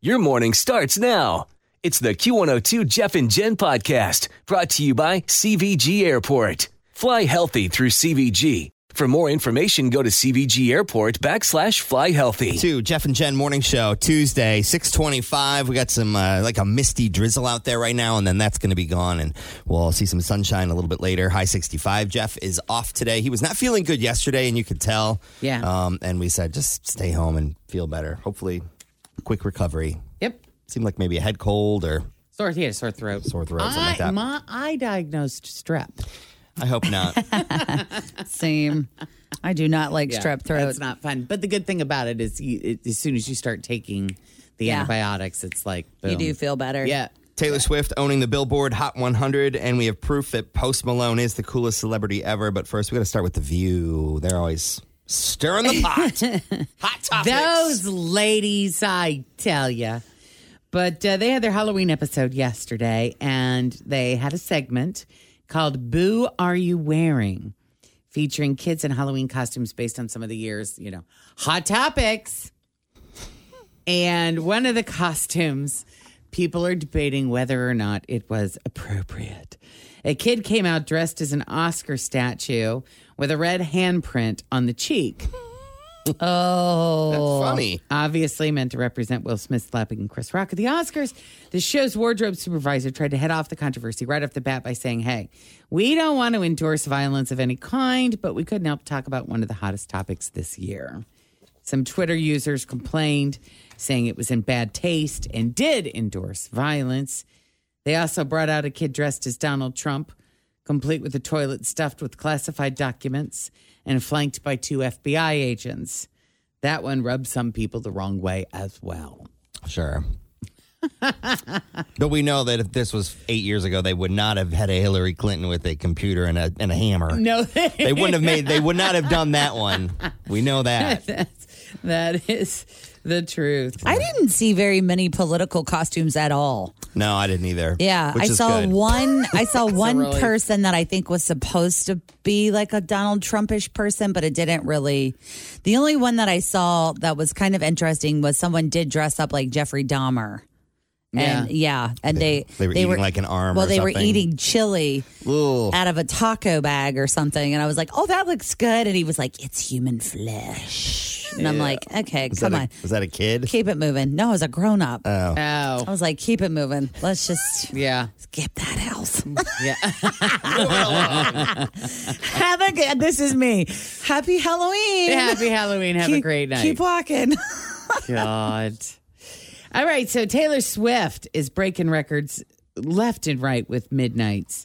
Your morning starts now. It's the Q102 Jeff and Jen podcast brought to you by CVG Airport. Fly healthy through CVG. For more information, go to CVG Airport backslash fly healthy. to Jeff and Jen Morning Show Tuesday, six twenty-five. We got some uh, like a misty drizzle out there right now, and then that's going to be gone, and we'll see some sunshine a little bit later. High sixty-five. Jeff is off today. He was not feeling good yesterday, and you could tell. Yeah. Um, and we said just stay home and feel better. Hopefully, quick recovery. Yep. Seemed like maybe a head cold or Sore, yeah, sore throat. sore throat, something I, like that. my, I diagnosed strep. I hope not. Same. I do not like strep throat. That's not fun. But the good thing about it is, you, it, as soon as you start taking the Yeah. antibiotics, it's like boom. you do feel better. Um, Yeah. Taylor Swift owning the Billboard Hot 100, and we have proof that Post Malone is the coolest celebrity ever. But first, we got to start with the View. They're always stirring the pot. Hot topics. Those ladies, I tell you. But uh, they had their Halloween episode yesterday, and they had a segment called Boo Are You Wearing? featuring kids in Halloween costumes based on some of the year's, you know, hot topics. And one of the costumes, people are debating whether or not it was appropriate. A kid came out dressed as an Oscar statue with a red handprint on the cheek. That's funny. obviously meant to represent Will Smith slapping Chris Rock at the Oscars. The show's wardrobe supervisor tried to head off the controversy right off the bat by saying, Hey, we don't want to endorse violence of any kind, but we couldn't help talk about one of the hottest topics this year. Some Twitter users complained, saying it was in bad taste and did endorse violence. They also brought out a kid dressed as Donald Trump, complete with a toilet stuffed with classified documents and flanked by two FBI agents. That one rubbed some people the wrong way as well. Sure. but we know that if this was eight years ago, they would not have had a Hillary Clinton with a computer and a, and a hammer. No, They wouldn't have made, they would not have done that one. We know that. that is the truth. I didn't see very many political costumes at all. No, I didn't either. Yeah, Which I is saw good. one. I saw one relief. person that I think was supposed to be like a Donald Trumpish person, but it didn't really. The only one that I saw that was kind of interesting was someone did dress up like Jeffrey Dahmer. And yeah, and they they were eating, like, an arm Well, or they were something. eating chili Ooh. out of a taco bag or something, and I was like, "Oh, that looks good," and he was like, "It's human flesh," and I'm like, "Okay, Was come that a- on." Was that a kid? Keep it moving. No, it was a grown up. I Oh, was like, keep it moving. Let's just yeah, skip that house. yeah. Have a good. This is me. Happy Halloween. Happy Halloween. Have a Keep- great night. Keep walking. God. All right. So Taylor Swift is breaking records left and right with midnights.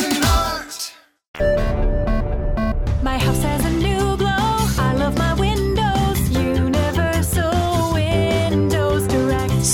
an art. My house has a new glow. I love my windows. Universal Windows Direct.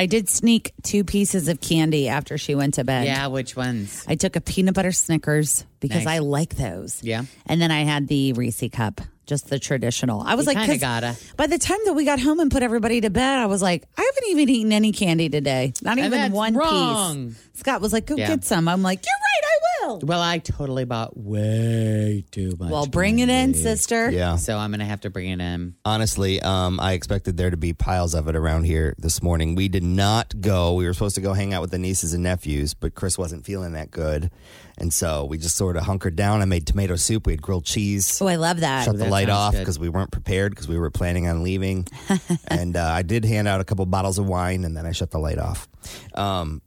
I did sneak two pieces of candy after she went to bed. Yeah, which ones? I took a peanut butter Snickers because Nice. I like those. Yeah. And then I had the Reese cup, just the traditional. I was You like, kinda 'cause gotta. By the time that we got home and put everybody to bed, I was like, I haven't even eaten any candy today. Not And even that's one wrong. piece. Scott was like, go Yeah. get some. I'm like, you're right, I will. Well, I totally bought way too much. Well, bring it in, sister. Yeah. So I'm gonna have to bring it in. Honestly, um, I expected there to be piles of it around here this morning. We did not go. We were supposed to go hang out with the nieces and nephews, but Chris wasn't feeling that good. And so we just sort of hunkered down. I made tomato soup. We had grilled cheese. Oh, I love that. Shut the that light sounds off good. because we weren't prepared because we were planning on leaving. and uh, I did hand out a couple bottles of wine and then I shut the light off. Um,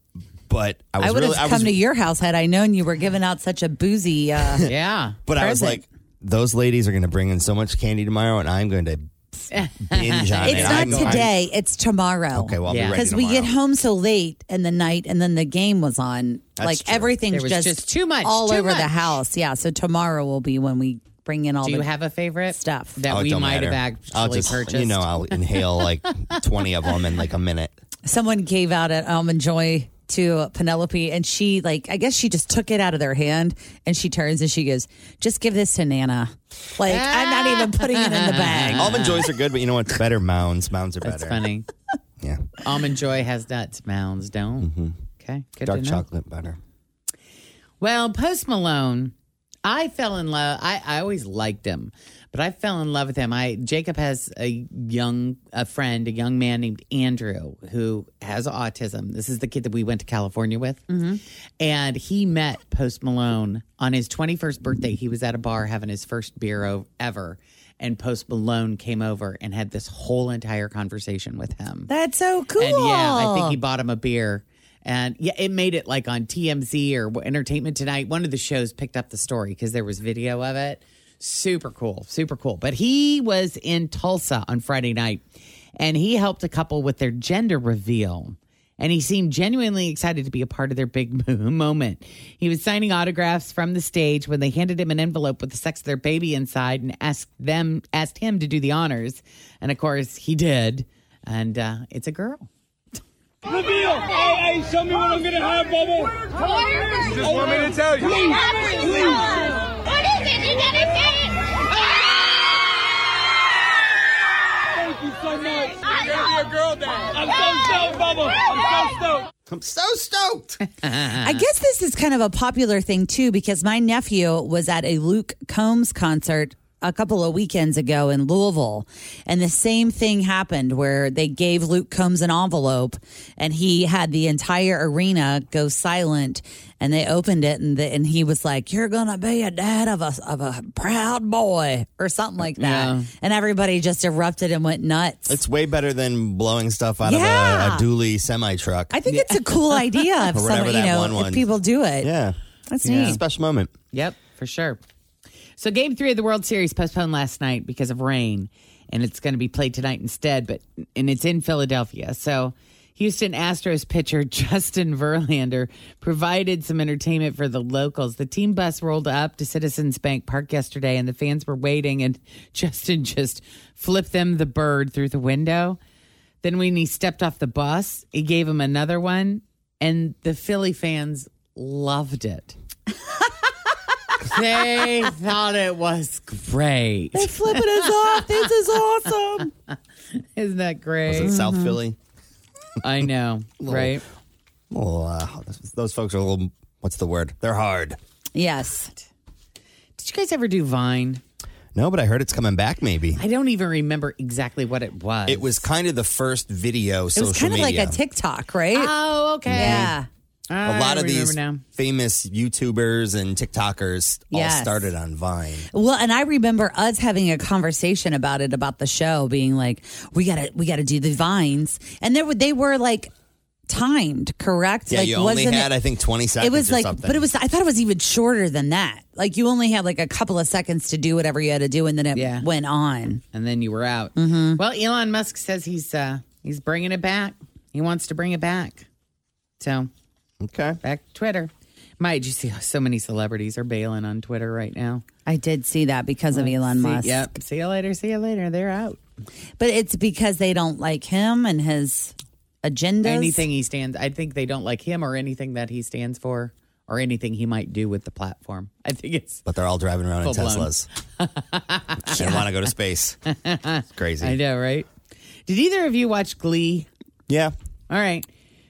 but I was I would have really, I come was, to your house had I known you were giving out such a boozy. Uh, Yeah. But I was like, present. those ladies are going to bring in so much candy tomorrow and I'm going to binge on it. it's I'm- not I'm- today, it's tomorrow. Okay, well, I'll be Yeah. ready because we tomorrow. get home so late in the night and then the game was on That's like true. everything's There was just, just too much, all too over the much. house yeah so tomorrow will be when we bring in all Do the you have a favorite stuff. that Oh, it we don't might have matter. actually I'll just, purchased? You know, I'll inhale like 20 of them in like a minute. someone gave out an almond joy to penelope and she like i guess she just took it out of their hand and she turns and she goes just give this to nana like i'm not Ah. even putting it in the bag Almond joys are good, but you know what's better? Mounds. Mounds are better. That's funny. Yeah. Almond Joy has nuts, mounds don't. Okay, Mm-hmm. good Dark to know. chocolate butter. Well, Post Malone, I fell in love. I, I always liked him, but I fell in love with him. I Jacob has a young a friend, a young man named Andrew who has autism. This is the kid that we went to California with, and he met Post Malone on his twenty first birthday. He was at a bar having his first beer o- ever. And Post Malone came over and had this whole entire conversation with him. that's so cool And yeah, I think he bought him a beer. And yeah, it made it like on TMZ or Entertainment Tonight. One of the shows picked up the story because there was video of it. Super cool, super cool. But he was in Tulsa on Friday night and he helped a couple with their gender reveal. And he seemed genuinely excited to be a part of their big mo- moment. He was signing autographs from the stage when they handed him an envelope with the sex of their baby inside and asked them, asked him to do the honors. And of course, he did. And uh, it's a girl. Reveal! Hey, hey, show me what I'm gonna have, Bubble! You just want me to tell you? Please! Please! What is it? You gotta say it! Thank you so much! You're gonna be a girl dad! I'm so stoked, Bubble! I'm so stoked! I'm so stoked. I guess this is kind of a popular thing too because my nephew was at a Luke Combs concert a couple of weekends ago in Louisville, and the same thing happened where they gave Luke Combs an envelope, and he had the entire arena go silent, and they opened it, and the, and he was like, "You're gonna be a dad of a of a proud boy" or something like that, Yeah. and everybody just erupted and went nuts. It's way better than blowing stuff out Yeah. of a, a dually semi truck. I think it's a cool idea if Or some, whatever you that know one if was. people do it. Yeah, that's Yeah. neat. Special moment. Yep, for sure. So, game three of the World Series postponed last night because of rain, and it's going to be played tonight instead, but and it's in Philadelphia. So, Houston Astros pitcher Justin Verlander provided some entertainment for the locals. The team bus rolled up to Citizens Bank Park yesterday, and the fans were waiting, and Justin just flipped them the bird through the window. Then when he stepped off the bus, he gave him another one, and the Philly fans loved it. they thought it was great. They're flipping us off. This is awesome. Isn't that Was great? it South Philly? I know, right? Well, uh, those folks are a little. What's the word? They're hard. Yes. Did you guys ever do Vine? No, but I heard it's coming back. Maybe I don't even remember exactly what it was. it was kind of the first video It social was kind of like media. a TikTok, right? Oh, okay. Ah, yeah. I a lot of remember these now. famous YouTubers and TikTokers all Yes. started on Vine. Well, and I remember us having a conversation about it about the show being like, we gotta we gotta do the vines, and there were they were like timed, correct? Yeah, like, you only wasn't had I think twenty seconds. it was or like, something. but it was. I thought it was even shorter than that. Like you only had like a couple of seconds to do whatever you had to do, and then it Yeah. went on. And then you were out. Mm-hmm. Well, Elon Musk says he's uh he's bringing it back. He wants to bring it back. So okay. back to Twitter. My, did you see how so many celebrities are bailing on Twitter right now? I did see that because of Elon Musk. See, yep. See you later. See you later. They're out. But it's because they don't like him and his agendas. anything he stands i think they don't like him or anything that he stands for or anything he might do with the platform i think it's But they're all driving around in Full blown. Teslas. They want to go to space. It's crazy. i know right did either of you watch glee Yeah. all right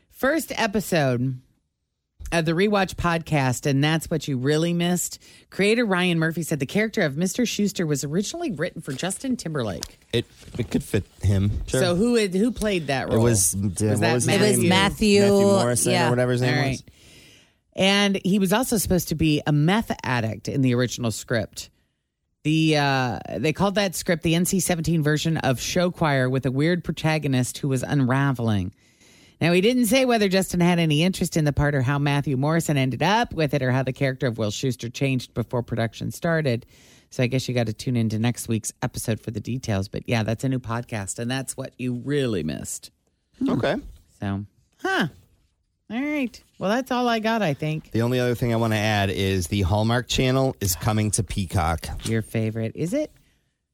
first episode of the rewatch podcast and that's what you really missed creator ryan murphy said the character of mr schuster was originally written for justin timberlake It it could fit him. Sure. so who had- who played that it role was, uh, Was what that was his It was name? Matthew. Matthew Morrison yeah. or whatever his name All was. right. And he was also supposed to be a meth addict in the original script. The uh, they called that script the NC-17 version of Show Choir with a weird protagonist who was unraveling. Now he didn't say whether Justin had any interest in the part or how Matthew Morrison ended up with it or how the character of Will Schuster changed before production started. So I guess you got to tune into next week's episode for the details. But yeah, that's a new podcast, and that's what you really missed. Okay. So, huh. All right. Well, that's all I got, I think. The only other thing I want to add is the Hallmark Channel is coming to Peacock. Your favorite. Is it?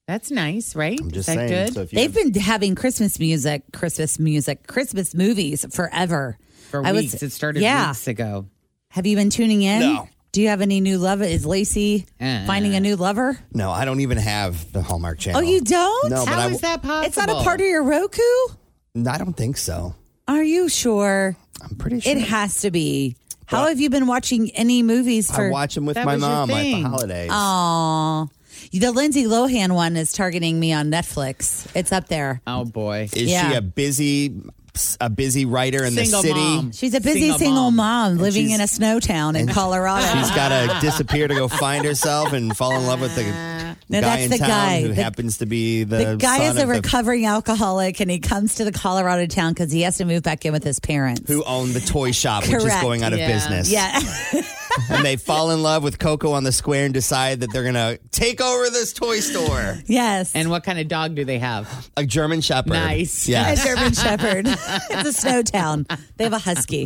That's nice, right? I'm just Is that saying. good? So if you They've been having Christmas music, Christmas music, Christmas movies forever. For I weeks. was- it started yeah. weeks ago. Have you been tuning in? No. Do you have any new lover? Is Lacey Uh. finding a new lover? no, I don't even have the Hallmark Channel. Oh, you don't? No, but How I, is that possible? It's not a part of your Roku? No, I don't think so. Are you sure? I'm pretty sure. It has to be. How have you been watching any movies I for? watch them with That my was your mom at the thing. holidays. Oh, Aw. The Lindsay Lohan one is targeting me on Netflix. It's up there. Oh, boy. is she yeah. a busy a busy writer in Single the city? mom. She's a busy Single single, mom, living in a snow town in Colorado. She's got to disappear to go find herself and fall in love with the Uh, guy No, that's in the town guy. who The- happens to be the, The guy uh, son is a of the- recovering alcoholic and he comes to the Colorado town because he has to move back in with his parents. who owned the toy shop, which is Correct. going out of Yeah. business. yeah. and they fall in love with Coco on the Square and decide that they're going to take over this toy store. yes. And what kind of dog do they have? A German Shepherd. Nice. a Yes. German Shepherd. it's a snow town. They have a husky.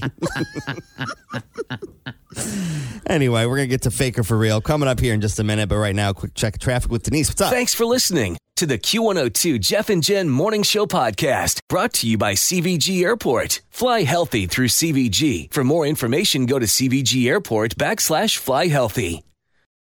Anyway, we're going to get to Faker for Real coming up here in just a minute. But right now, quick check of traffic with Denise. What's up? Thanks for listening to the Q102 Jeff and Jen Morning Show podcast brought to you by CVG Airport. Fly healthy through CVG. For more information, go to CVG Airport backslash fly healthy.